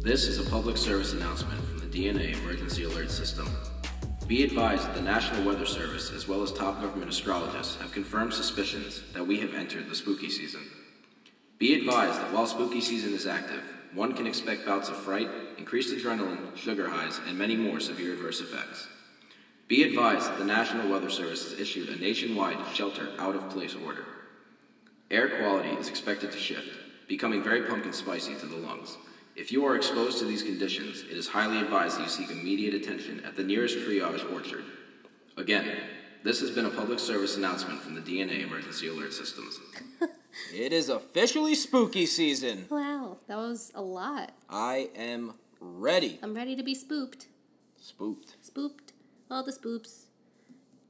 This is a public service announcement from the DNA Emergency Alert System. Be advised that the National Weather Service, as well as top government astrologists, have confirmed suspicions that we have entered the spooky season. Be advised that while spooky season is active, one can expect bouts of fright, increased adrenaline, sugar highs, and many more severe adverse effects. Be advised that the National Weather Service has issued a nationwide shelter out of place order. Air quality is expected to shift, becoming very pumpkin spicy to the lungs. If you are exposed to these conditions, it is highly advised that you seek immediate attention at the nearest triage orchard. Again, this has been a public service announcement from the DNA Emergency Alert Systems. It is officially spooky season. Wow, that was a lot. I am ready. I'm ready to be spooped. Spooked. Spooped. All the spoops.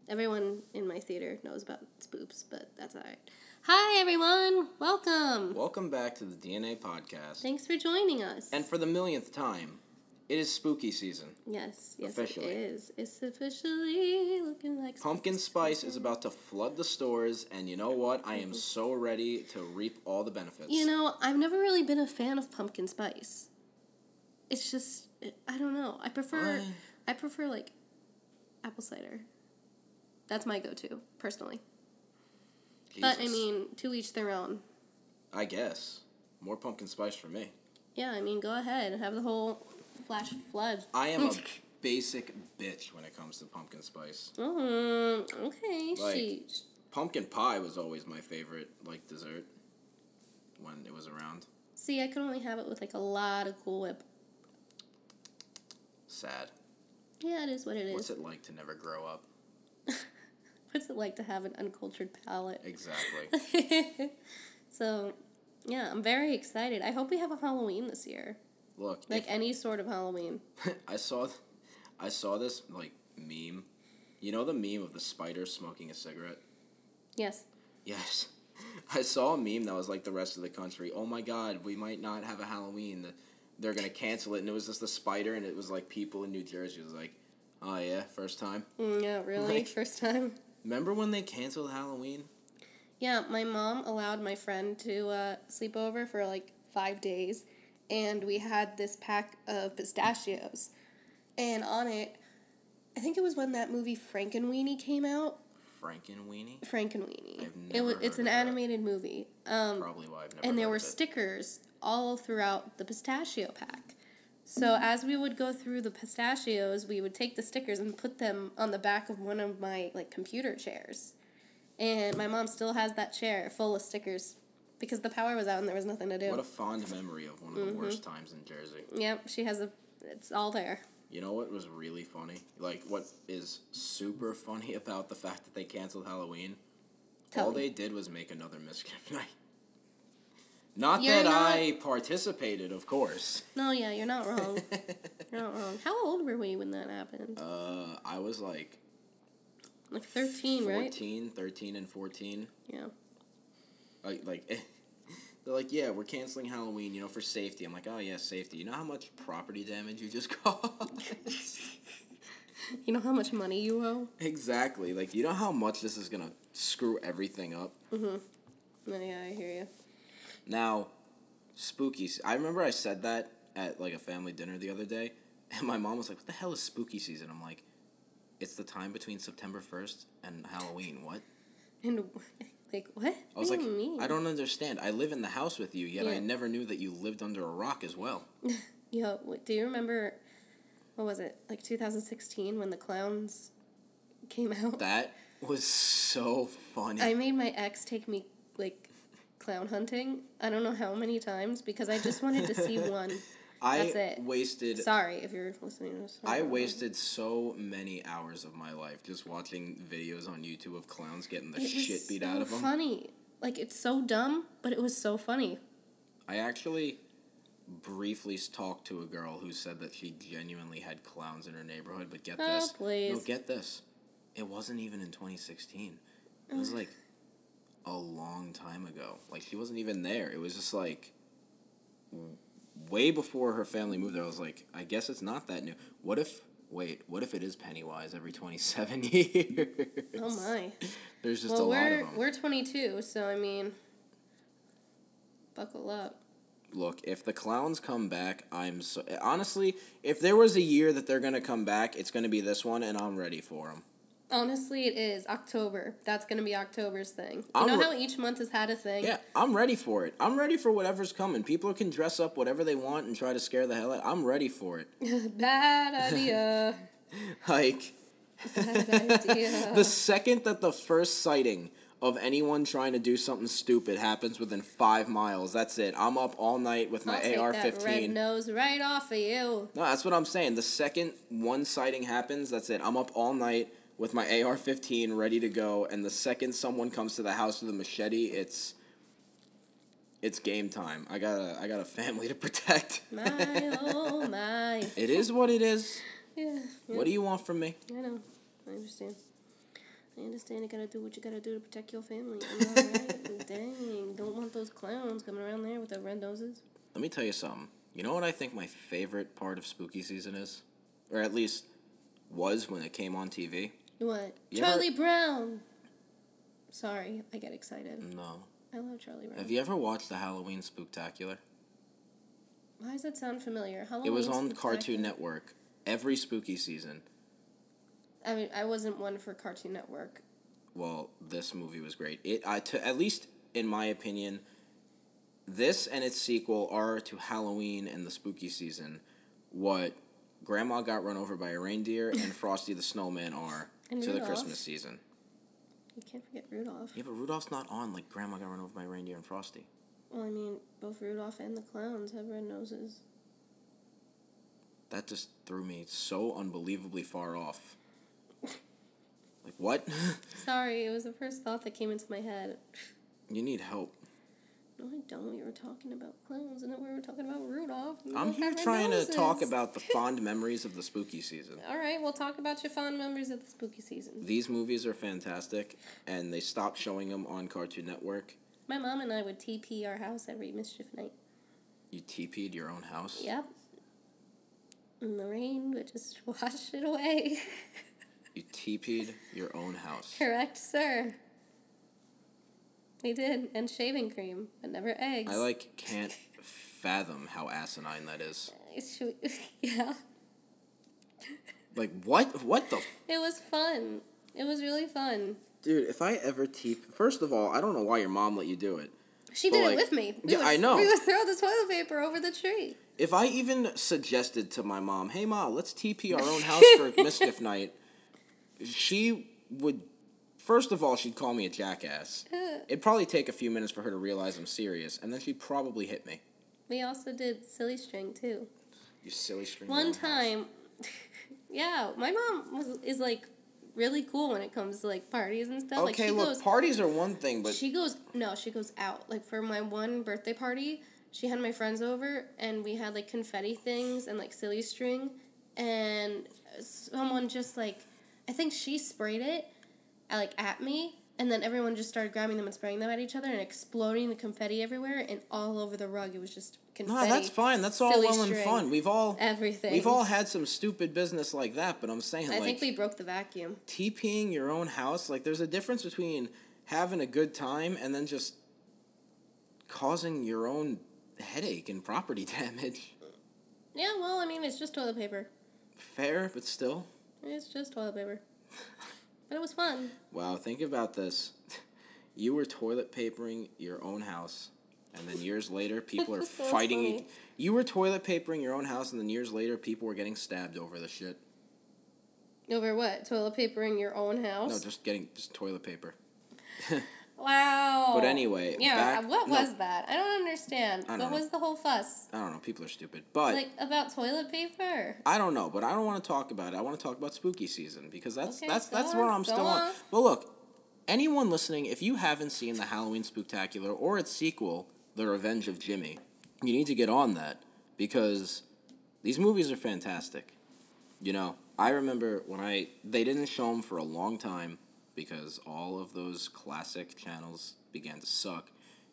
Everyone in my theater knows about spoops, but that's all right. Hi, everyone. Welcome. Welcome back to the DNA podcast. Thanks for joining us. And for the millionth time, it is spooky season. yes, yes, Officially. it is. It's officially looking like Pumpkin spice is about to flood the stores, and you know what? I am so ready to reap all the benefits. You know, I've never really been a fan of pumpkin spice. It's just I don't know. I prefer Why? I prefer like apple cider. That's my go-to personally. But I Jesus. mean, to each their own. I guess more pumpkin spice for me. Yeah, I mean, go ahead and have the whole flash flood. I am a basic bitch when it comes to pumpkin spice. Mm, okay, Like- sheesh. Pumpkin pie was always my favorite, like dessert, when it was around. See, I could only have it with like a lot of Cool Whip. Sad. Yeah, it is what it is. What's it like to never grow up? What's it like to have an uncultured palate? Exactly. so, yeah, I'm very excited. I hope we have a Halloween this year. Look, Like if- any sort of Halloween. I saw, I saw this like meme. You know the meme of the spider smoking a cigarette. Yes. Yes. I saw a meme that was like the rest of the country. Oh my god, we might not have a Halloween. The- They're gonna cancel it, and it was just the spider, and it was like people in New Jersey was like, "Oh yeah, first time." Mm, Yeah, really? Like- First time? Remember when they canceled Halloween? Yeah, my mom allowed my friend to uh, sleep over for like five days, and we had this pack of pistachios. And on it, I think it was when that movie Frankenweenie came out. Frankenweenie. Frankenweenie. I've it was, never it's heard an of that. animated movie. Um, Probably why I've never. and there heard were of it. stickers all throughout the pistachio pack. So Mm-hmm. as we would go through the pistachios, we would take the stickers and put them on the back of one of my like computer chairs. And my mom still has that chair full of stickers because the power was out and there was nothing to do. What a fond memory of one of the Mm-hmm. worst times in Jersey. yep, she has a it's all there. You know what was really funny? Like, what is super funny about the fact that they canceled Halloween? Tell All me. they did was make another mischief night. Not You're that not- I participated, of course. No, yeah, you're not wrong. you're not wrong. How old were we when that happened? Uh, I was like like 13, right? 14, 13, and 14. Yeah. Like, like they're like, yeah, we're canceling Halloween, you know, for safety. I'm like, oh, yeah, safety. You know how much property damage you just caused? You know how much money you owe? exactly. Like, you know how much this is going to screw everything up? No, yeah, I hear you. Now, spooky. se- I remember I said that at like a family dinner the other day, and my mom was like, "What the hell is spooky season?" I'm like, "It's the time between September 1st and Halloween." What? And like what? I was what like, do you mean? "I don't understand. I live in the house with you, yet I Yeah. never knew that you lived under a rock as well." Yo, what- do you remember? What was it like 2016 when the clowns came out? That was so funny. I made my ex take me like clown hunting. I don't know how many times because I just wanted to see one. I that's it. wasted Sorry if you're listening. to this. I wasted so many hours of my life just watching videos on YouTube of clowns getting the It was shit beat out so of them. Funny, like it's so dumb, but it was so funny. I actually briefly talked to a girl who said that she genuinely had clowns in her neighborhood, but get Oh, this. No, please. get this. It wasn't even in 2016. It was like a long time ago. Like she wasn't even there. It was just like w- way before her family moved there. I was like, I guess it's not that new. What if wait, what if it is Pennywise every 27 years? Oh my. There's just Well, a lot of we're them. we're 22, so I mean, buckle up. look, if the clowns come back, I'm so honestly, if there was a year that they're gonna come back, it's gonna be this one, and I'm ready for them. Honestly, it is October. That's gonna be October's thing. You I'm know re- how each month has had a thing. Yeah, I'm ready for it. I'm ready for whatever's coming. People can dress up whatever they want and try to scare the hell out. I'm ready for it. Bad idea. Like Bad idea. the second that the first sighting of anyone trying to do something stupid happens within five miles, that's it. I'm up all night with my I'll take AR that red fifteen. nose right off of you. No, that's what I'm saying. The second one sighting happens, that's it. I'm up all night with my AR 15 ready to go, and the second someone comes to the house with a machete, it's. It's game time. I got a I got a family to protect. My oh my. It is what it is. Yeah, What do you want from me? I know. I understand. I understand you gotta do what you gotta do to protect your family. I'm alright. Dang. Don't want those clowns coming around there with their red noses. Let me tell you something. You know what I think my favorite part of spooky season is? Or at least was when it came on TV? What? You ever- Charlie Brown. Sorry, I get excited. No. I love Charlie Brown. Have you ever watched the Halloween Spooktacular? Why does that sound familiar? Halloween It was on Spectacular. Cartoon Network every spooky season. I mean, I wasn't one for Cartoon Network. well, this movie was great. It, I to at least in my opinion, this and its sequel are to Halloween and the spooky season what Grandma Got Run Over by a Reindeer and Frosty the Snowman are And to the Rudolph. Christmas season. You can't forget Rudolph. Yeah, but Rudolph's not on like Grandma Got Run Over by a Reindeer and Frosty. Well, I mean, both Rudolph and the clowns have red noses. That just threw me so unbelievably far off. Like what? Sorry, it was the first thought that came into my head. you need help. No, I don't. We were talking about clowns, and then we were talking about Rudolph. and I'm Rudolph here had red trying to noses. talk about the fond memories of the spooky season. All right, we'll talk about your fond memories of the spooky season. These movies are fantastic, and they stopped showing them on Cartoon Network. My mom and I would TP our house every mischief night. You TP'd your own house. Yep. And the rain would just wash it away. You TP'd your own house. Correct, sir. We did, and shaving cream, but never eggs. I like can't fathom how asinine that is. Should we- yeah. Like what? What the? It was fun. It was really fun. Dude, if I ever TP, first of all, I don't know why your mom let you do it. She But, did like, it with me. yeah, would, I know. We would throw the toilet paper over the tree. If I even suggested to my mom, "Hey, ma, let's TP our own house for mischief night," she would. First of all, she'd call me a jackass. It'd probably take a few minutes for her to realize I'm serious, and then she'd probably hit me. We also did silly string too. You silly string. One time, yeah, my mom was, is like really cool when it comes to like parties and stuff. like Okay, she look, goes, parties are one thing, but she goes no, she goes out. Like for my one birthday party, she had my friends over and we had like confetti things and like silly string, and someone just like, I think she sprayed it, uh, like at me. And then everyone just started grabbing them and spraying them at each other and exploding the confetti everywhere and all over the rug. It was just no, confetti. that's fine. That's all silly well and string, fun. We've all Everything. we've all had some stupid business like that, but I'm saying I like think we broke the vacuum. TPing your own house, like there's a difference between having a good time and then just causing your own headache and property damage. Yeah, well, I mean, it's just toilet paper. Fair, but still. It's just toilet paper. But it was fun. Wow, think about this. You were toilet papering your own house, and then years later, people are So fighting. funny. each You were toilet papering your own house, and then years later, people were getting stabbed over the shit. Over what? Toilet paper in your own No, house? just getting just toilet paper. wow. But anyway, Yeah, back- uh, what no. was that? I don't understand. I don't what know. was the whole fuss? I don't know. People are stupid, but like, about toilet paper? I don't know. But I don't want to talk about it. I want to talk about spooky season because that's Okay, that's go that's where on, I'm go still on. on. Well, look, anyone listening, if you haven't seen the Halloween Spooktacular or its sequel, The Revenge of Jimmy, you need to get on that because these movies are fantastic. You know, I remember when I they didn't show them for a long time because all of those classic channels began to suck,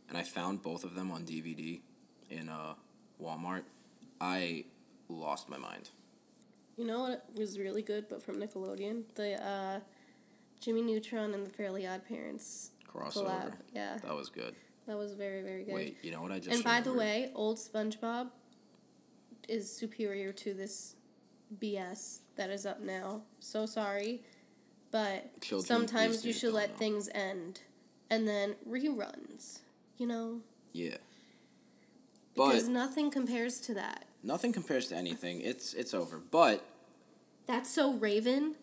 and I found both of them on DVD in uh, Walmart. I lost my mind. You know what was really good, but from Nickelodeon? The, uh, Jimmy Neutron and the Fairly Odd Parents Crossover. collab. Yeah. That was good. That was very, very good. Wait, you know what I just and by the remembered? way, old SpongeBob is superior to this BS that is up now. So sorry. But Children, sometimes please you do should don't let know. things end. And then reruns, you know? Yeah. Because But nothing compares to that. nothing compares to anything. It's it's over. But That's so Raven.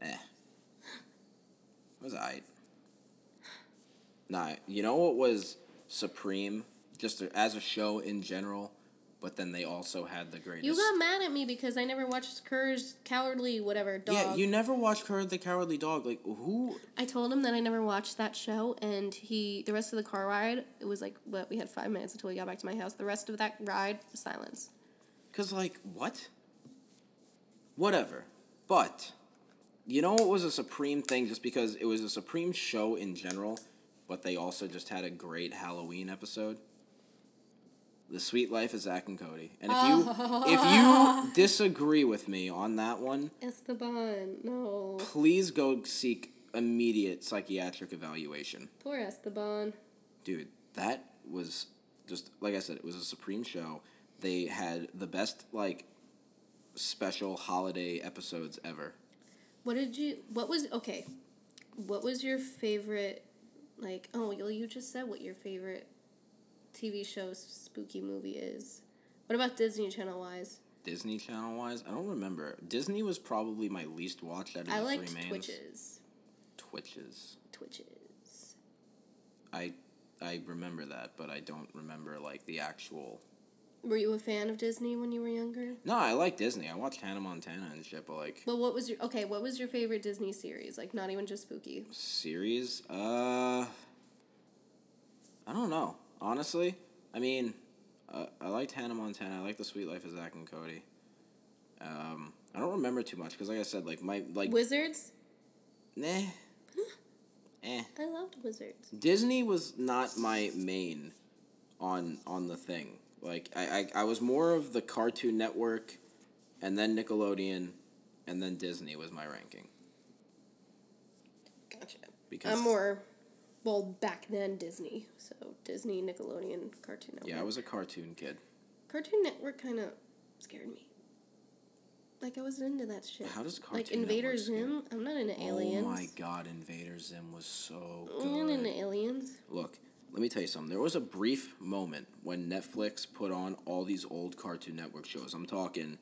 eh. It was I. Nah, you know what was supreme just as a show in general, but then they also had the greatest. You got mad at me because I never watched Courage Cowardly, whatever, dog. Yeah, you never watched Courage the Cowardly Dog. Like who? I told him that I never watched that show, and he the rest of the car ride it was like what we had five minutes until we got back to my house. The rest of that ride silence. Cause like what? Whatever. But you know what was a supreme thing just because it was a supreme show in general, but they also just had a great Halloween episode. The Sweet Life of Zach and Cody. And if you if you disagree with me on that one, Esteban, no, please go seek immediate psychiatric evaluation. poor Esteban. dude that was just like i said it was a supreme show they had the best like special holiday episodes ever What did you? What was okay? What was your favorite? Like, oh, well, you just said what your favorite TV show spooky movie is. What about Disney Channel wise? disney channel wise i don't remember disney was probably my least watched out of the I three liked mains Twitches. twitches Twitches. i i remember that but i don't remember like the actual Were you a fan of Disney when you were younger? no i like disney i watched hannah montana and shit but like Well, what was your okay? What was your favorite Disney series? Like, not even just spooky. series uh i don't know honestly i mean uh, i liked hannah montana i liked the sweet life of zach and cody um i don't remember too much because like i said like my like Wizards. nah eh I loved Wizards. disney was not my main on on the thing like I, I i was more of the cartoon network and then nickelodeon and then disney was my ranking Gotcha. because I'm more, well, back then Disney. So Disney, Nickelodeon, Cartoon Network. yeah i was a cartoon kid Cartoon Network kind of scared me. Like I wasn't into that shit. How does like Cartoon Invader Network scare- Zim? I'm not into aliens. Oh my god, Invader Zim was so I'm not into good. aliens. Look, let me tell you something. There was a brief moment when Netflix put on all these old Cartoon Network shows. I'm talking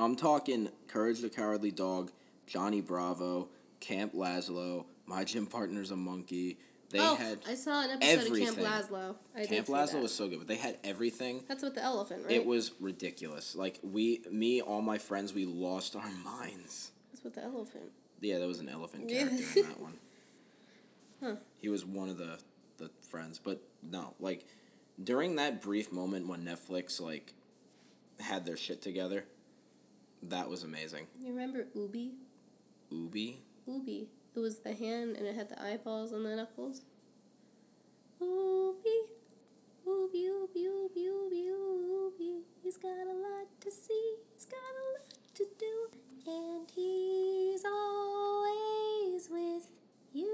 I'm talking Courage the Cowardly Dog, Johnny Bravo, Camp Lazlo, My Gym Partner's a Monkey. They oh, had I saw an episode of everything. Camp Lazlo. I Camp did see Lazlo that. was so good, but they had everything. That's with the elephant, right? It was ridiculous. Like we me, all my friends, we lost our minds. That's with the elephant. Yeah, that was an elephant Yeah. character in that one. He was one of the the friends, but no, like during that brief moment when Netflix like had their shit together, that was amazing. You remember Ubi? Ubi, Ubi. It was the hand and it had the eyeballs and the knuckles. Ubi. Ubi, Ubi, Ubi, Ubi, Ubi. He's got a lot to see. He's got a lot to do. And he's always with you.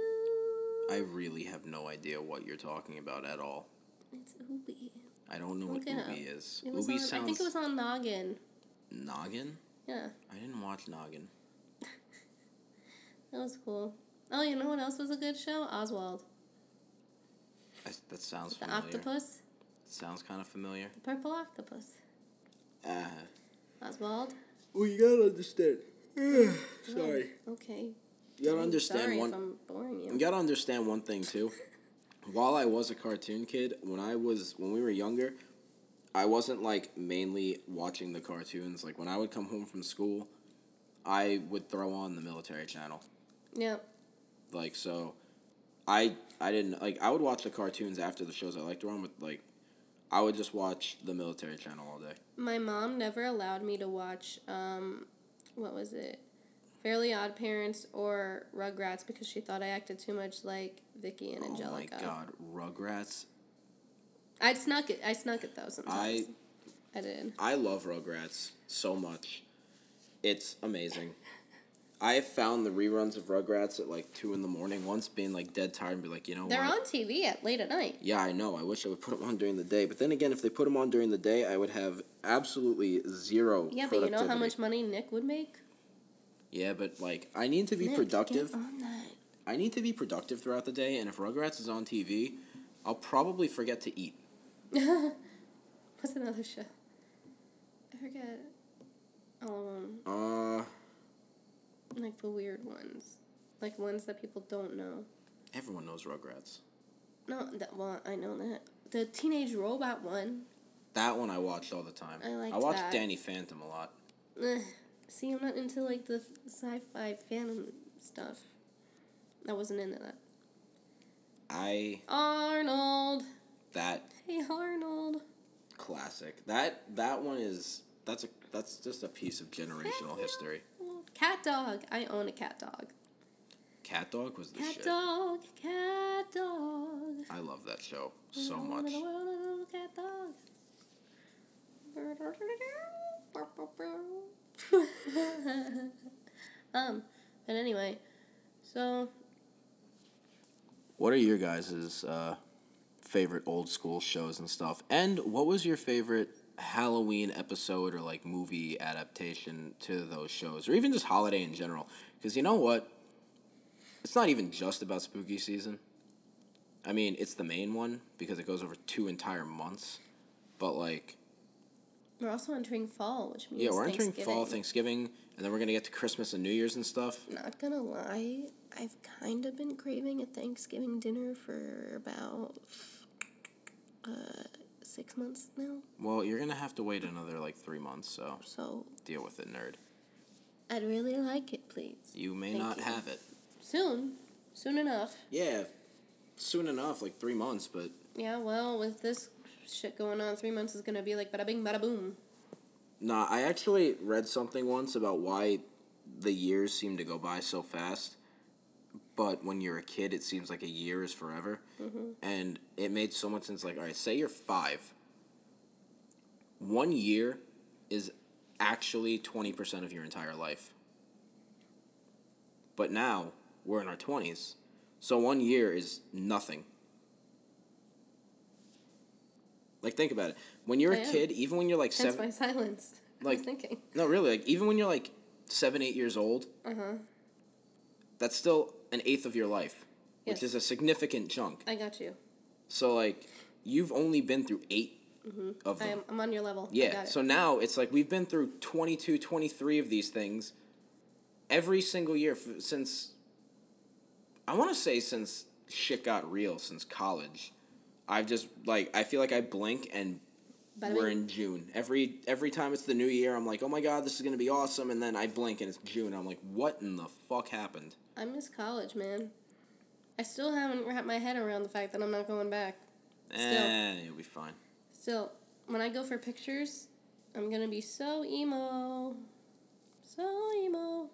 I really have no idea what you're talking about at all. It's Ubi. I don't know what Look it up. Ubi is. It was Ubi on, sounds I think it was on Noggin. Noggin. Yeah, I didn't watch Noggin. that was cool. Oh, you know what else was a good show? Oswald. I, that sounds The familiar. octopus. Sounds kind of familiar. The purple octopus. Uh, well, Oswald. Oh, you gotta understand. Sorry. Okay. You gotta I'm understand Mm. sorry one. If I'm boring you. You gotta understand one thing too. While I was a cartoon kid, when I was when we were younger, I wasn't like mainly watching the cartoons. Like when I would come home from school, I would throw on the military channel. Yeah. Like so I I didn't like I would watch the cartoons after the shows I liked were on with like I would just watch the military channel all day. My mom never allowed me to watch, um, what was it? Fairly Odd Parents or Rugrats because she thought I acted too much like Vicky and Angelica. Oh my god, Rugrats. I snuck it. I snuck it though sometimes. I, did. I love Rugrats so much. It's amazing. I found the reruns of Rugrats at like two in the morning once, being like dead tired and be like, you know They're what? on TV at late at night. Yeah, I know. I wish I would put them on during the day. But then again, if they put them on during the day, I would have absolutely zero. Yeah, but you know how productivity. much money Nick would make? Yeah, but like I need to be Nick, productive. Get on that. I need to be productive throughout the day, and if Rugrats is on TV, I'll probably forget to eat. What's another show? I forget all of them. Uh, Like the weird ones. Like ones that people don't know. everyone knows Rugrats. No, that well, I know that. The teenage robot one. That one I watched all the time. I liked I watched that. Danny Phantom a lot. Ugh. See, I'm not into like the sci-fi phantom stuff. I wasn't into that. I Arnold. that Hey, Arnold. classic. That that one is that's a that's just a piece of generational history. Cat dog. I own a cat dog. Cat Dog was the Cat shit. dog. Cat dog. I love that show so All over much. the world, a little cat dog. um, but anyway, so What are your guys' uh, favorite old school shows and stuff? And what was your favorite Halloween episode or like movie adaptation to those shows, or even just holiday in general? Because you know what? It's not even just about spooky season. I mean, it's the main one because it goes over two entire months. But like, we're also entering fall, which means yeah, we're entering Thanksgiving. fall, Thanksgiving, and then we're gonna get to Christmas and New Year's and stuff. Not gonna lie, I've kind of been craving a Thanksgiving dinner for about uh, six months now. Well, you're gonna have to wait another like three months, so So deal with it, nerd. I'd really like it, please. You may Thank not you. have it. Soon, soon enough. Yeah, soon enough, like three months, but Yeah, well, with this shit going on, three months is gonna be like bada bing, bada boom. nah, I actually read something once about why the years seem to go by so fast, but when you're a kid, it seems like a year is forever. Mm-hmm. And it made so much sense. Like, all right, say you're five, one year is actually 20% of your entire life. But now we're in our 20s, so one year is nothing. Like, think about it. When you're a Yeah. kid, even when you're like Hence seven. my silence. I Like- was thinking. No, really. Like even when you're like seven, eight years old, Uh huh. that's still an eighth of your life, Yes. which is a significant chunk. I got you. So like, you've only been through 8 of Mm-hmm. I them. am, I'm on your level. I yeah. got it. So now it's like we've been through 22, 23 of these things every single year f- since. I want to say since shit got real, since college, I've just like I feel like I blink and Bada we're bing. in June. Every every time it's the new year, I'm like, oh my god, this is gonna be awesome. And then I blink and it's June. I'm like, what in the fuck happened? I miss college, man. I still haven't wrapped my head around the fact that I'm not going back. Eh, you'll be fine. Still, when I go for pictures, I'm gonna be so emo. So emo.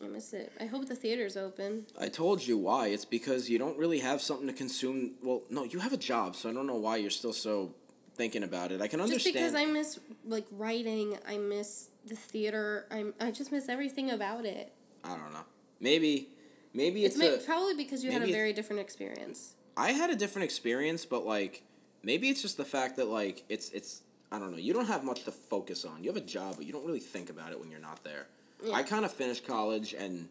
I miss it. I hope the theater's open. I told you why. It's because you don't really have something to consume. Well, no, you have a job, so I don't know why you're still so thinking about it. I can Just understand. because I miss like writing, I miss the theater. I'm I just miss everything about it. I don't know. Maybe, maybe It's, it's, ma- a. probably because you had a maybe it- very different experience. I had a different experience, but like maybe it's just the fact that like it's it's I don't know. You don't have much to focus on. You have a job, but you don't really think about it when you're not there. Yeah. I kind of finished college and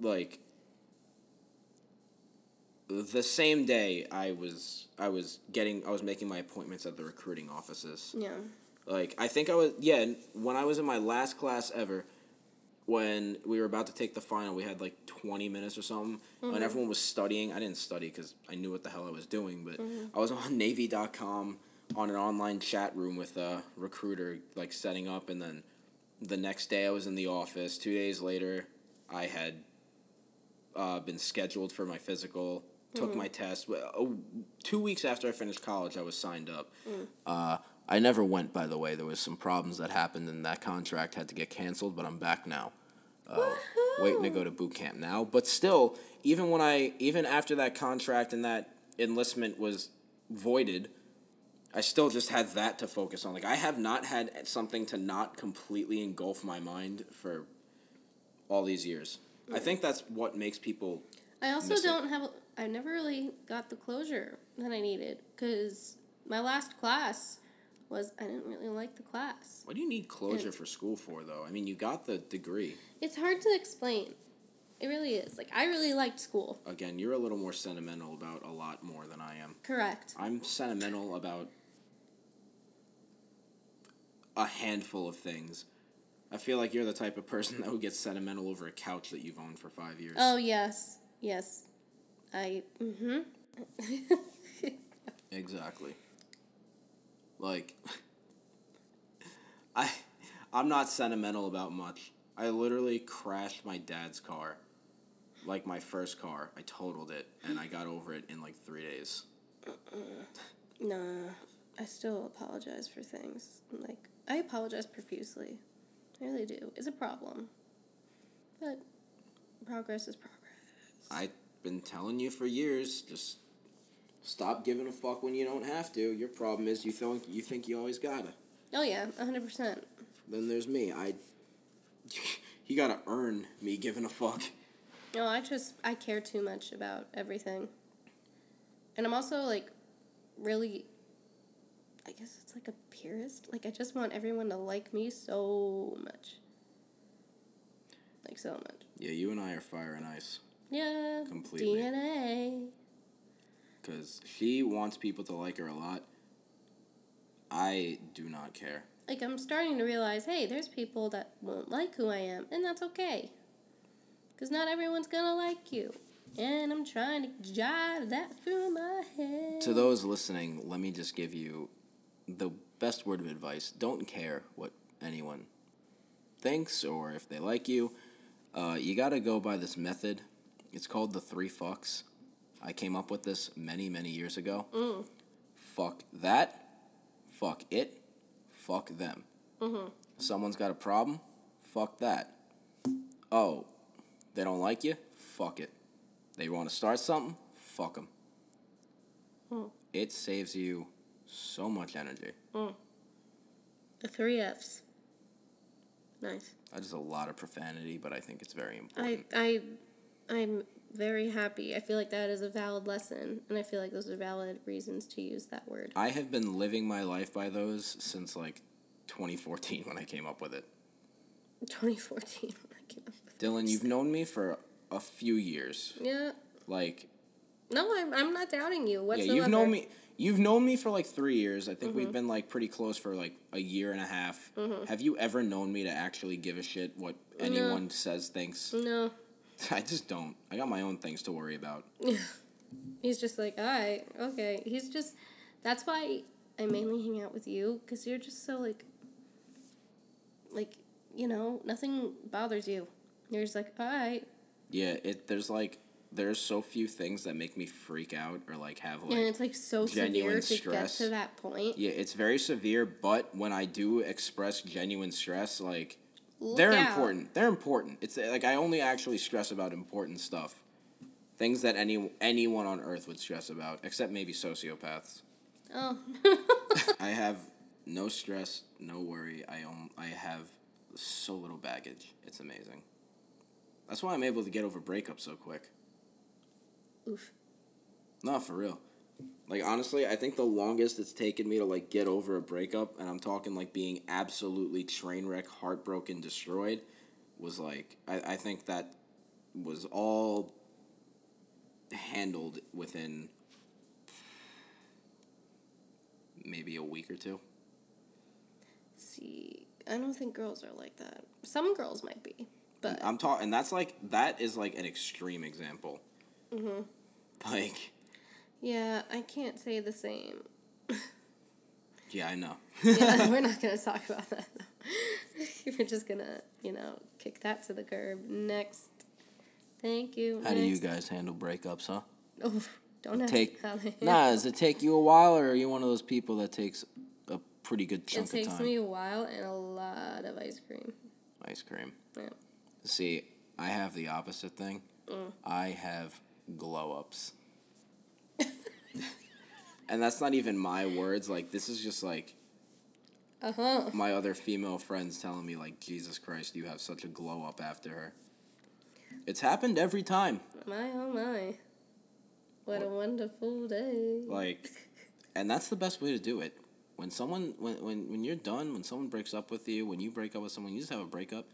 like the same day I was I was getting I was making my appointments at the recruiting offices. Yeah. Like I think I was yeah, and when I was in my last class ever, when we were about to take the final, we had like 20 minutes or something. When everyone was studying, I didn't study cuz I knew what the hell I was doing, but I was on navy.com on an online chat room with a recruiter like setting up and then the next day I was in the office. 2 days later, I had uh, been scheduled for my physical, took my test. Well, oh, two weeks after I finished college, I was signed up. Uh, I never went, by the way. There was some problems that happened, and that contract had to get canceled. But I'm back now, uh, waiting to go to boot camp now. But still, even when I, even after that contract and that enlistment was voided, I still just had that to focus on. Like I have not had something to not completely engulf my mind for all these years. I think that's what makes people. I also Miss it. don't have. I never really got the closure that I needed because my last class was I didn't really like the class. What do you need closure for school for, though? I mean, you got the degree. It's hard to explain. It really is. Like I really liked school. Again, you're a little more sentimental about a lot more than I am. Correct. I'm sentimental about a handful of things. I feel like you're the type of person that would get sentimental over a couch that you've owned for five years. Oh yes, yes. I. Mm-hmm. Exactly. Like I I'm not sentimental about much. I literally crashed my dad's car. Like my first car. I totaled it and I got over it in like 3 days. Nah, I still apologize for things. Like I apologize profusely. I really do. It's a problem. But progress is progress. I've been telling you for years just stop giving a fuck when you don't have to. Your problem is you think you think you always got to. Oh yeah, hundred percent. Then there's me. I you got to earn me giving a fuck. No, I just I care too much about everything. And I'm also like really I guess it's like a purist. Like I just want everyone to like me so much. Like so much. Yeah, you and I are fire and ice. Yeah. Completely. DNA. because she wants people to like her a lot. I do not care. Like I'm starting to realize, hey, there's people that won't like who I am, and that's okay. Cause not everyone's gonna like you. And I'm trying to jive that through my head. To those listening, let me just give you the best word of advice. Don't care what anyone thinks or if they like you. Uh, you got to go by this method. It's called the three fucks. I came up with this many, many years ago. Fuck that. Fuck it. Fuck them. Someone's got a problem. Fuck that. Oh, they don't like you? Fuck it. They want to start something? Fuck them. Hmm. It saves you so much energy. The three F's. Nice. That is a lot of profanity, but I think it's very important. I I I'm very happy. I feel like that is a valid lesson, and I feel like those are valid reasons to use that word. I have been living my life by those since like 2014 when I came up with it. 2014. I can't- Dylan, you've known me for a few years. yeah. Like, No, I'm I'm not doubting you yeah, whatsoever. you've known me. You've known me for like three years. I think we've been like pretty close for like a year and a half. Have you ever known me to actually give a shit what anyone says, thinks? No. I just don't. I got my own things to worry about. He's just like, all right, okay. He's just, that's why I mainly hang out with you, because you're just so, like, like, you know, nothing bothers you. You're just like, all right. Yeah, it there's like there's so few things that make me freak out or like have like And it's, like, so severe genuine to stress. get to that point. Yeah, it's very severe, but when I do express genuine stress, like Look they're out. important. They're important. It's uh, like I only actually stress about important stuff. Things that any anyone on earth would stress about, except maybe sociopaths. Oh, I have no stress, no worry. I own, I have so little baggage. It's amazing. That's why I'm able to get over breakups so quick. oof. No, for real. Like honestly, I think the longest it's taken me to like get over a breakup, and I'm talking like being absolutely train wreck, heartbroken, destroyed, was like I, I think that was all handled within maybe a week or two. See, I don't think girls are like that. Some girls might be, but I'm talking, and that's like that is like an extreme example. Mm-hmm. Like, yeah, I can't say the same. yeah, I know. yeah, we're not gonna talk about that. we're just gonna, you know, kick that to the curb. Next, thank you. How do you Next. guys handle breakups, huh? Oh, don't ask take how they nah does it take you a while or are you one of those people that takes a pretty good It chunk of takes time me a while and a lot of ice cream. ice cream Yeah. see i have the opposite thing Mm. i have glow ups and that's not even my words like this is just like Uh huh. my other female friends telling me like jesus christ you have such a glow up after her It's happened every time. My oh my. What a wonderful day. Like, and that's the best way to do it. When someone, when, when, when you're done, when someone breaks up with you, when you break up with someone, you just have a breakup,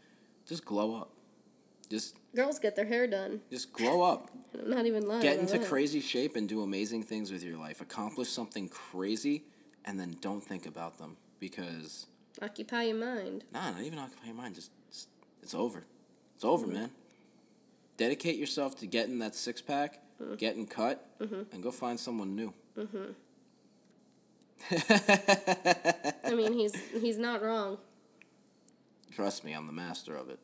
just glow up. Just, Girls get their hair done. just glow up. And I'm not even lying. Get about into that. crazy shape and do amazing things with your life. Accomplish something crazy and then don't think about them because, Occupy your mind. nah, not even occupy your mind. Just, just it's over. It's over, man. Dedicate yourself to getting that six pack, getting cut, and go find someone new. I mean, he's he's not wrong. Trust me, I'm the master of it.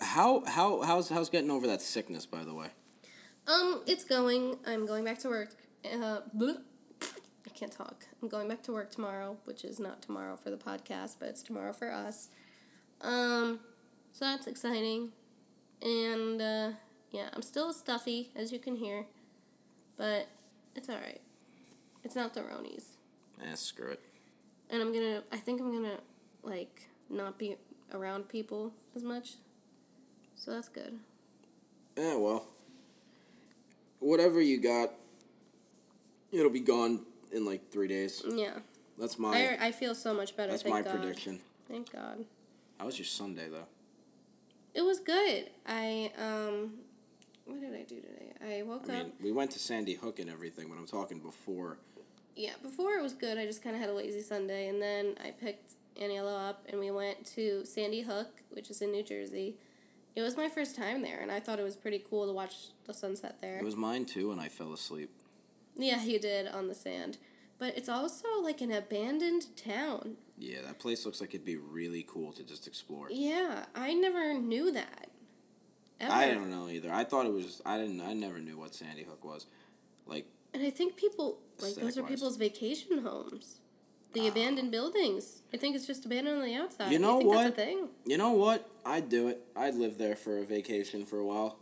How how how's how's getting over that sickness? By the way, Um, it's going. I'm going back to work. Uh, bleh. I can't talk. I'm going back to work tomorrow, which is not tomorrow for the podcast, but it's tomorrow for us. Um, so that's exciting. And uh, yeah, I'm still stuffy, as you can hear, but it's all right. It's not the Ronies, eh, screw it. and I'm gonna. I think I'm gonna like not be around people as much. So that's good. Yeah, Eh, well, whatever you got, it'll be gone in like three days. Yeah, That's my I, I feel so much better. that's thank my God. prediction. Thank God. How was your Sunday though? It was good. I um what did I do today? I woke I up mean, we went to Sandy Hook and everything, but I'm talking before. yeah, before it was good. I just kind of had a lazy Sunday and then I picked Aniela up and we went to Sandy Hook, which is in New Jersey. It was my first time there and I thought it was pretty cool to watch the sunset there. It was mine too, and I fell asleep. yeah, you did on the sand. But it's also like an abandoned town. Yeah, that place looks like it'd be really cool to just explore. Yeah, I never knew that. Ever. I don't know either. I thought it was. I didn't. I never knew what Sandy Hook was. Like And I think people like those are Aesthetic-wise. people's vacation homes. The abandoned buildings. I think it's just abandoned on the outside. Ah. You know I think That's what? a thing. You know what? I'd do it. I'd live there for a vacation for a while.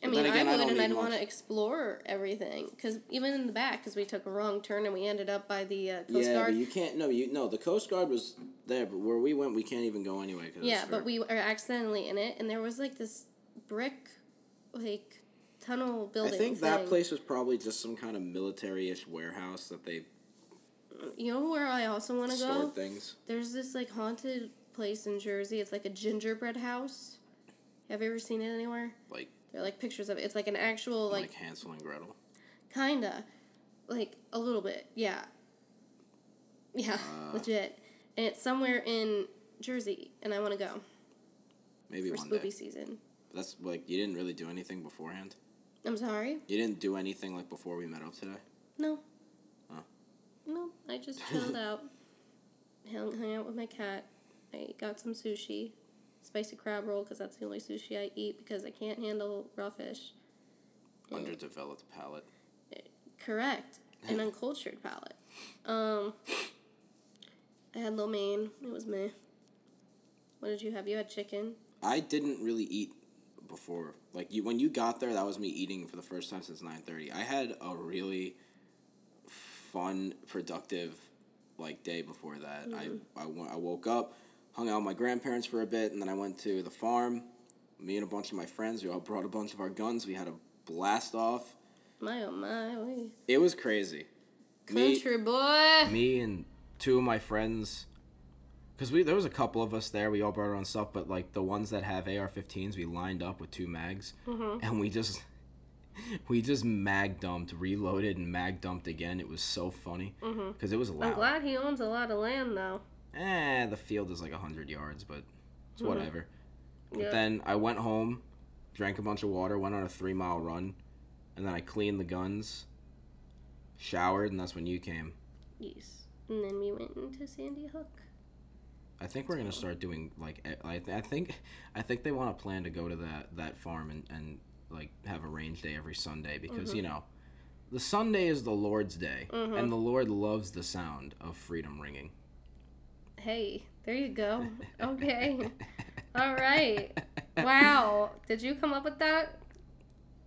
I But mean, then again, I I would, don't and need I'd want much. to explore everything. Because even in the back, because we took a wrong turn and we ended up by the uh, Coast yeah, Guard. but you can't. No, you no. The Coast Guard was there, but where we went, we can't even go anyway. Cause yeah, it's for- but we were accidentally in it, and there was like this brick, like tunnel I building. think that thing. place was probably just some kind of military-ish warehouse that they You know where I also want to go? stored things. There's this like haunted place in Jersey. It's like a gingerbread house. Have you ever seen it anywhere? Like They're like pictures of it. It's like an actual like, like Hansel and Gretel. kinda, like a little bit, yeah, yeah, Uh. legit. And it's somewhere in Jersey, and I want to go Maybe for one day. spooky season. But That's like you didn't really do anything beforehand. I'm sorry, You didn't do anything like before we met up today. no, Huh. no. I just chilled out, hung, hung out with my cat. I got some sushi, spicy crab roll, because that's the only sushi I eat because I can't handle raw fish. Yeah. Underdeveloped palate. Correct. An uncultured palate. Um, I had lo mein. It was meh. What did you have? You had chicken. I didn't really eat before. Like you, when you got there, that was me eating for the first time since nine thirty. I had a really fun, productive, like day before that. I I, wo- I woke up, hung out with my grandparents for a bit, and then I went to the farm. Me and a bunch of my friends, we all brought a bunch of our guns. We had a blast off. My oh my. oy. It was crazy. Me- Country boy. me and two of my friends because we there was a couple of us there we all brought our own stuff but like the ones that have ar-15s we lined up with two mags Mm-hmm. and we just we just mag dumped reloaded and mag dumped again it was so funny because it was Mm-hmm. I'm loud glad he owns a lot of land though. eh the field is like 100 yards but it's whatever Mm-hmm. Yeah. but then i went home drank a bunch of water went on a three mile run and then i cleaned the guns showered and that's when you came yes. And then we went into Sandy Hook. I think we're gonna start doing like e- I, th- I think I think they want to plan to go to that that farm and, and like have a range day every Sunday because Mm-hmm. you know the Sunday is the Lord's day and the Lord loves the sound of freedom ringing. Hey, there you go. Okay. all right. Wow. Did you come up with that?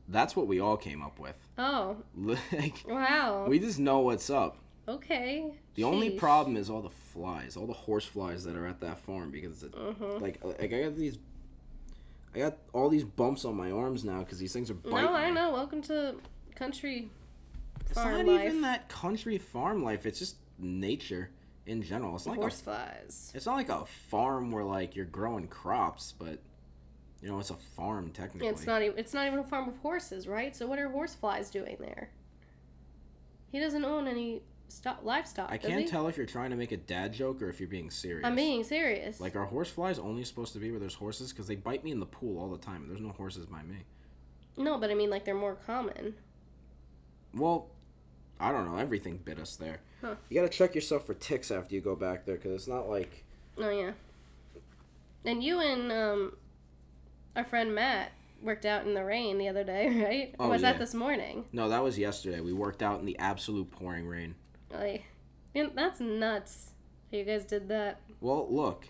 That's what we all came up with. Oh, Like wow. we just know what's up. okay. The only Sheesh. problem is all the Mm-hmm. flies, all the horse flies that are at that farm because it, like like I got these I got all these bumps on my arms now because these things are biting. No, I me. know. Welcome to country It's farm not life. even that country farm life. It's just nature in general. It's not like a, Horse flies. it's not like a farm where like you're growing crops, but you know it's a farm technically. It's not even. It's not even a farm of horses, right? So what are horse flies doing there? He doesn't own any sto- livestock. I does can't he? tell if you're trying to make a dad joke or if you're being serious. I'm being serious. Like, are horse flies only supposed to be where there's horses? Because they bite me in the pool all the time. There's no horses by me. no, but I mean like they're more common. Well, I don't know. Everything bit us there. Huh. You gotta check yourself for ticks after you go back there, because it's not like. Oh yeah. And you and um, our friend Matt worked out in the rain the other day, right? Oh, or was yeah. that this morning? No, that was yesterday. We worked out in the absolute pouring rain. Like, man, that's nuts. You guys did that. Well, look.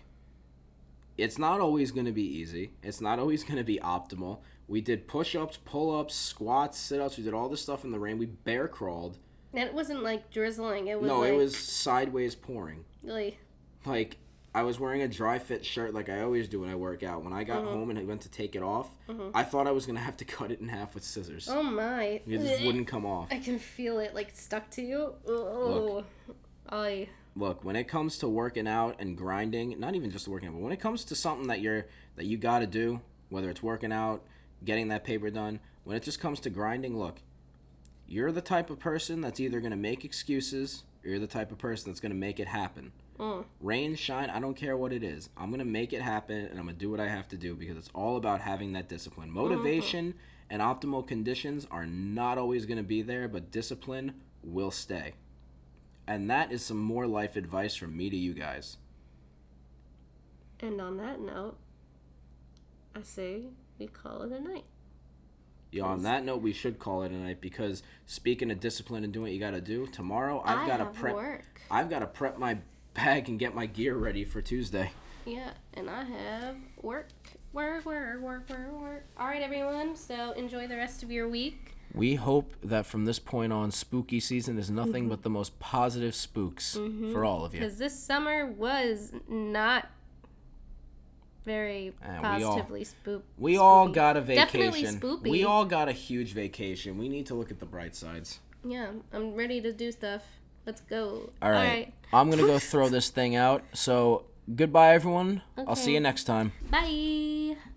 It's not always going to be easy. It's not always going to be optimal. We did push-ups, pull-ups, squats, sit-ups. We did all this stuff in the rain. We bear crawled. And it wasn't like drizzling. It was no, like, it was sideways pouring. like like I was wearing a dry fit shirt like I always do when I work out. When I got Mm-hmm. home and I went to take it off, I thought I was gonna have to cut it in half with scissors. oh my. It just wouldn't come off. I can feel it like stuck to you. Oh, I Look, when it comes to working out and grinding, not even just working out, but when it comes to something that you're that you gotta do, whether it's working out, getting that paper done, when it just comes to grinding, look, you're the type of person that's either gonna make excuses or you're the type of person that's gonna make it happen. Rain, shine, I don't care what it is. I'm gonna make it happen and I'm gonna do what I have to do because it's all about having that discipline. Motivation and optimal conditions are not always gonna be there, but discipline will stay. And that is some more life advice from me to you guys. and on that note, I say we call it a night. Yeah, on that note, we should call it a night because speaking of discipline and doing what you gotta do, tomorrow I've I gotta have prep work. I've gotta prep my bag and get my gear ready for Tuesday. Yeah, and I have work, work, work, work, work, work. All right, everyone. So enjoy the rest of your week. We hope that from this point on, spooky season is nothing Mm-hmm. but the most positive spooks for all of you. Because this summer was not very And we all- positively spook. We all spooky. got a Definitely vacation. spoopy. We all got a huge vacation. We need to look at the bright sides. Yeah, I'm ready to do stuff. Let's go. All right. I'm going to go throw this thing out. So, goodbye, everyone. I'll see Okay. you next time. All right. Bye.